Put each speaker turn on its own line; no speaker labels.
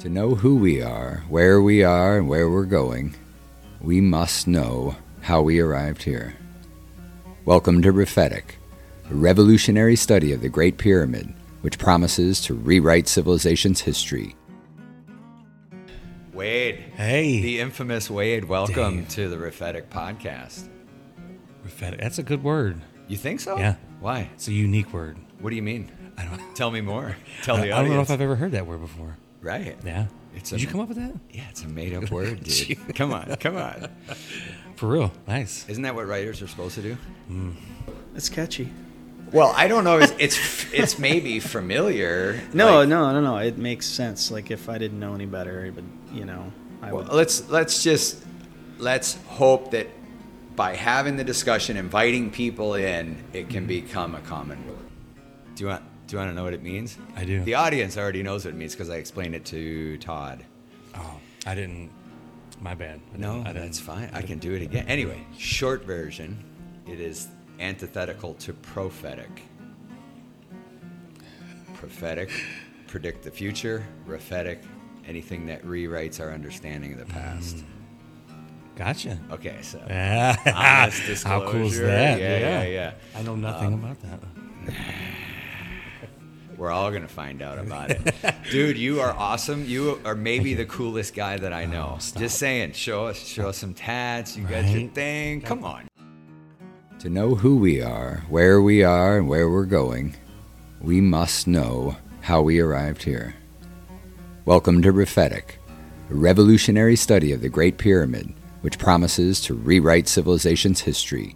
To know who we are, where we are, and where we're going, we must know how we arrived here. Welcome to Rephetic, a revolutionary study of the Great Pyramid, which promises to rewrite civilization's history. Wade,
Hey,
the infamous Wade, welcome
Dave.
to the Rephetic podcast.
Prophetic. That's a good word.
You think so?
Yeah.
Why?
It's a unique word.
What do you mean?
I don't.
Tell me more. Tell the
I don't know
audience.
if I've ever heard that word before.
right.
Yeah.
It's
Did
a-
you come up with that?
Yeah, it's a made up word, dude. come on, come on.
For real? Nice.
Isn't that what writers are supposed to do?
That's catchy.
Well, I don't know. It's it's, it's maybe familiar.
No,
like-
no, no, no. It makes sense. Like if I didn't know any better, it would, you know, I
Well,
would.
let's let's just let's hope that by having the discussion, inviting people in, it can become a common word. Do you want do you want to know what it means?
I do.
The audience already knows what it means because I explained it to Todd.
Oh, I didn't. My bad. I
No,
didn't- I
that's
didn't-
fine. I can do it again. Anyway, short version, it is antithetical to prophetic. Prophetic, predict the future. Rephetic, anything that rewrites our understanding of the past.
Mm. Gotcha.
Okay, so
Yeah.
honest disclosure.
How cool is that?
Yeah, yeah, yeah. Um,
I know nothing about that.
We're all gonna find out about it, dude. You are awesome. You are maybe the coolest guy that I know.
Oh, stop.
Just saying. Show us, show us some tats. You got your
Right?
thing. Come on. To know who we are, where we are, and where we're going, we must know how we arrived here. Welcome to Rephetic, a revolutionary study of the Great Pyramid, which promises to rewrite civilization's history.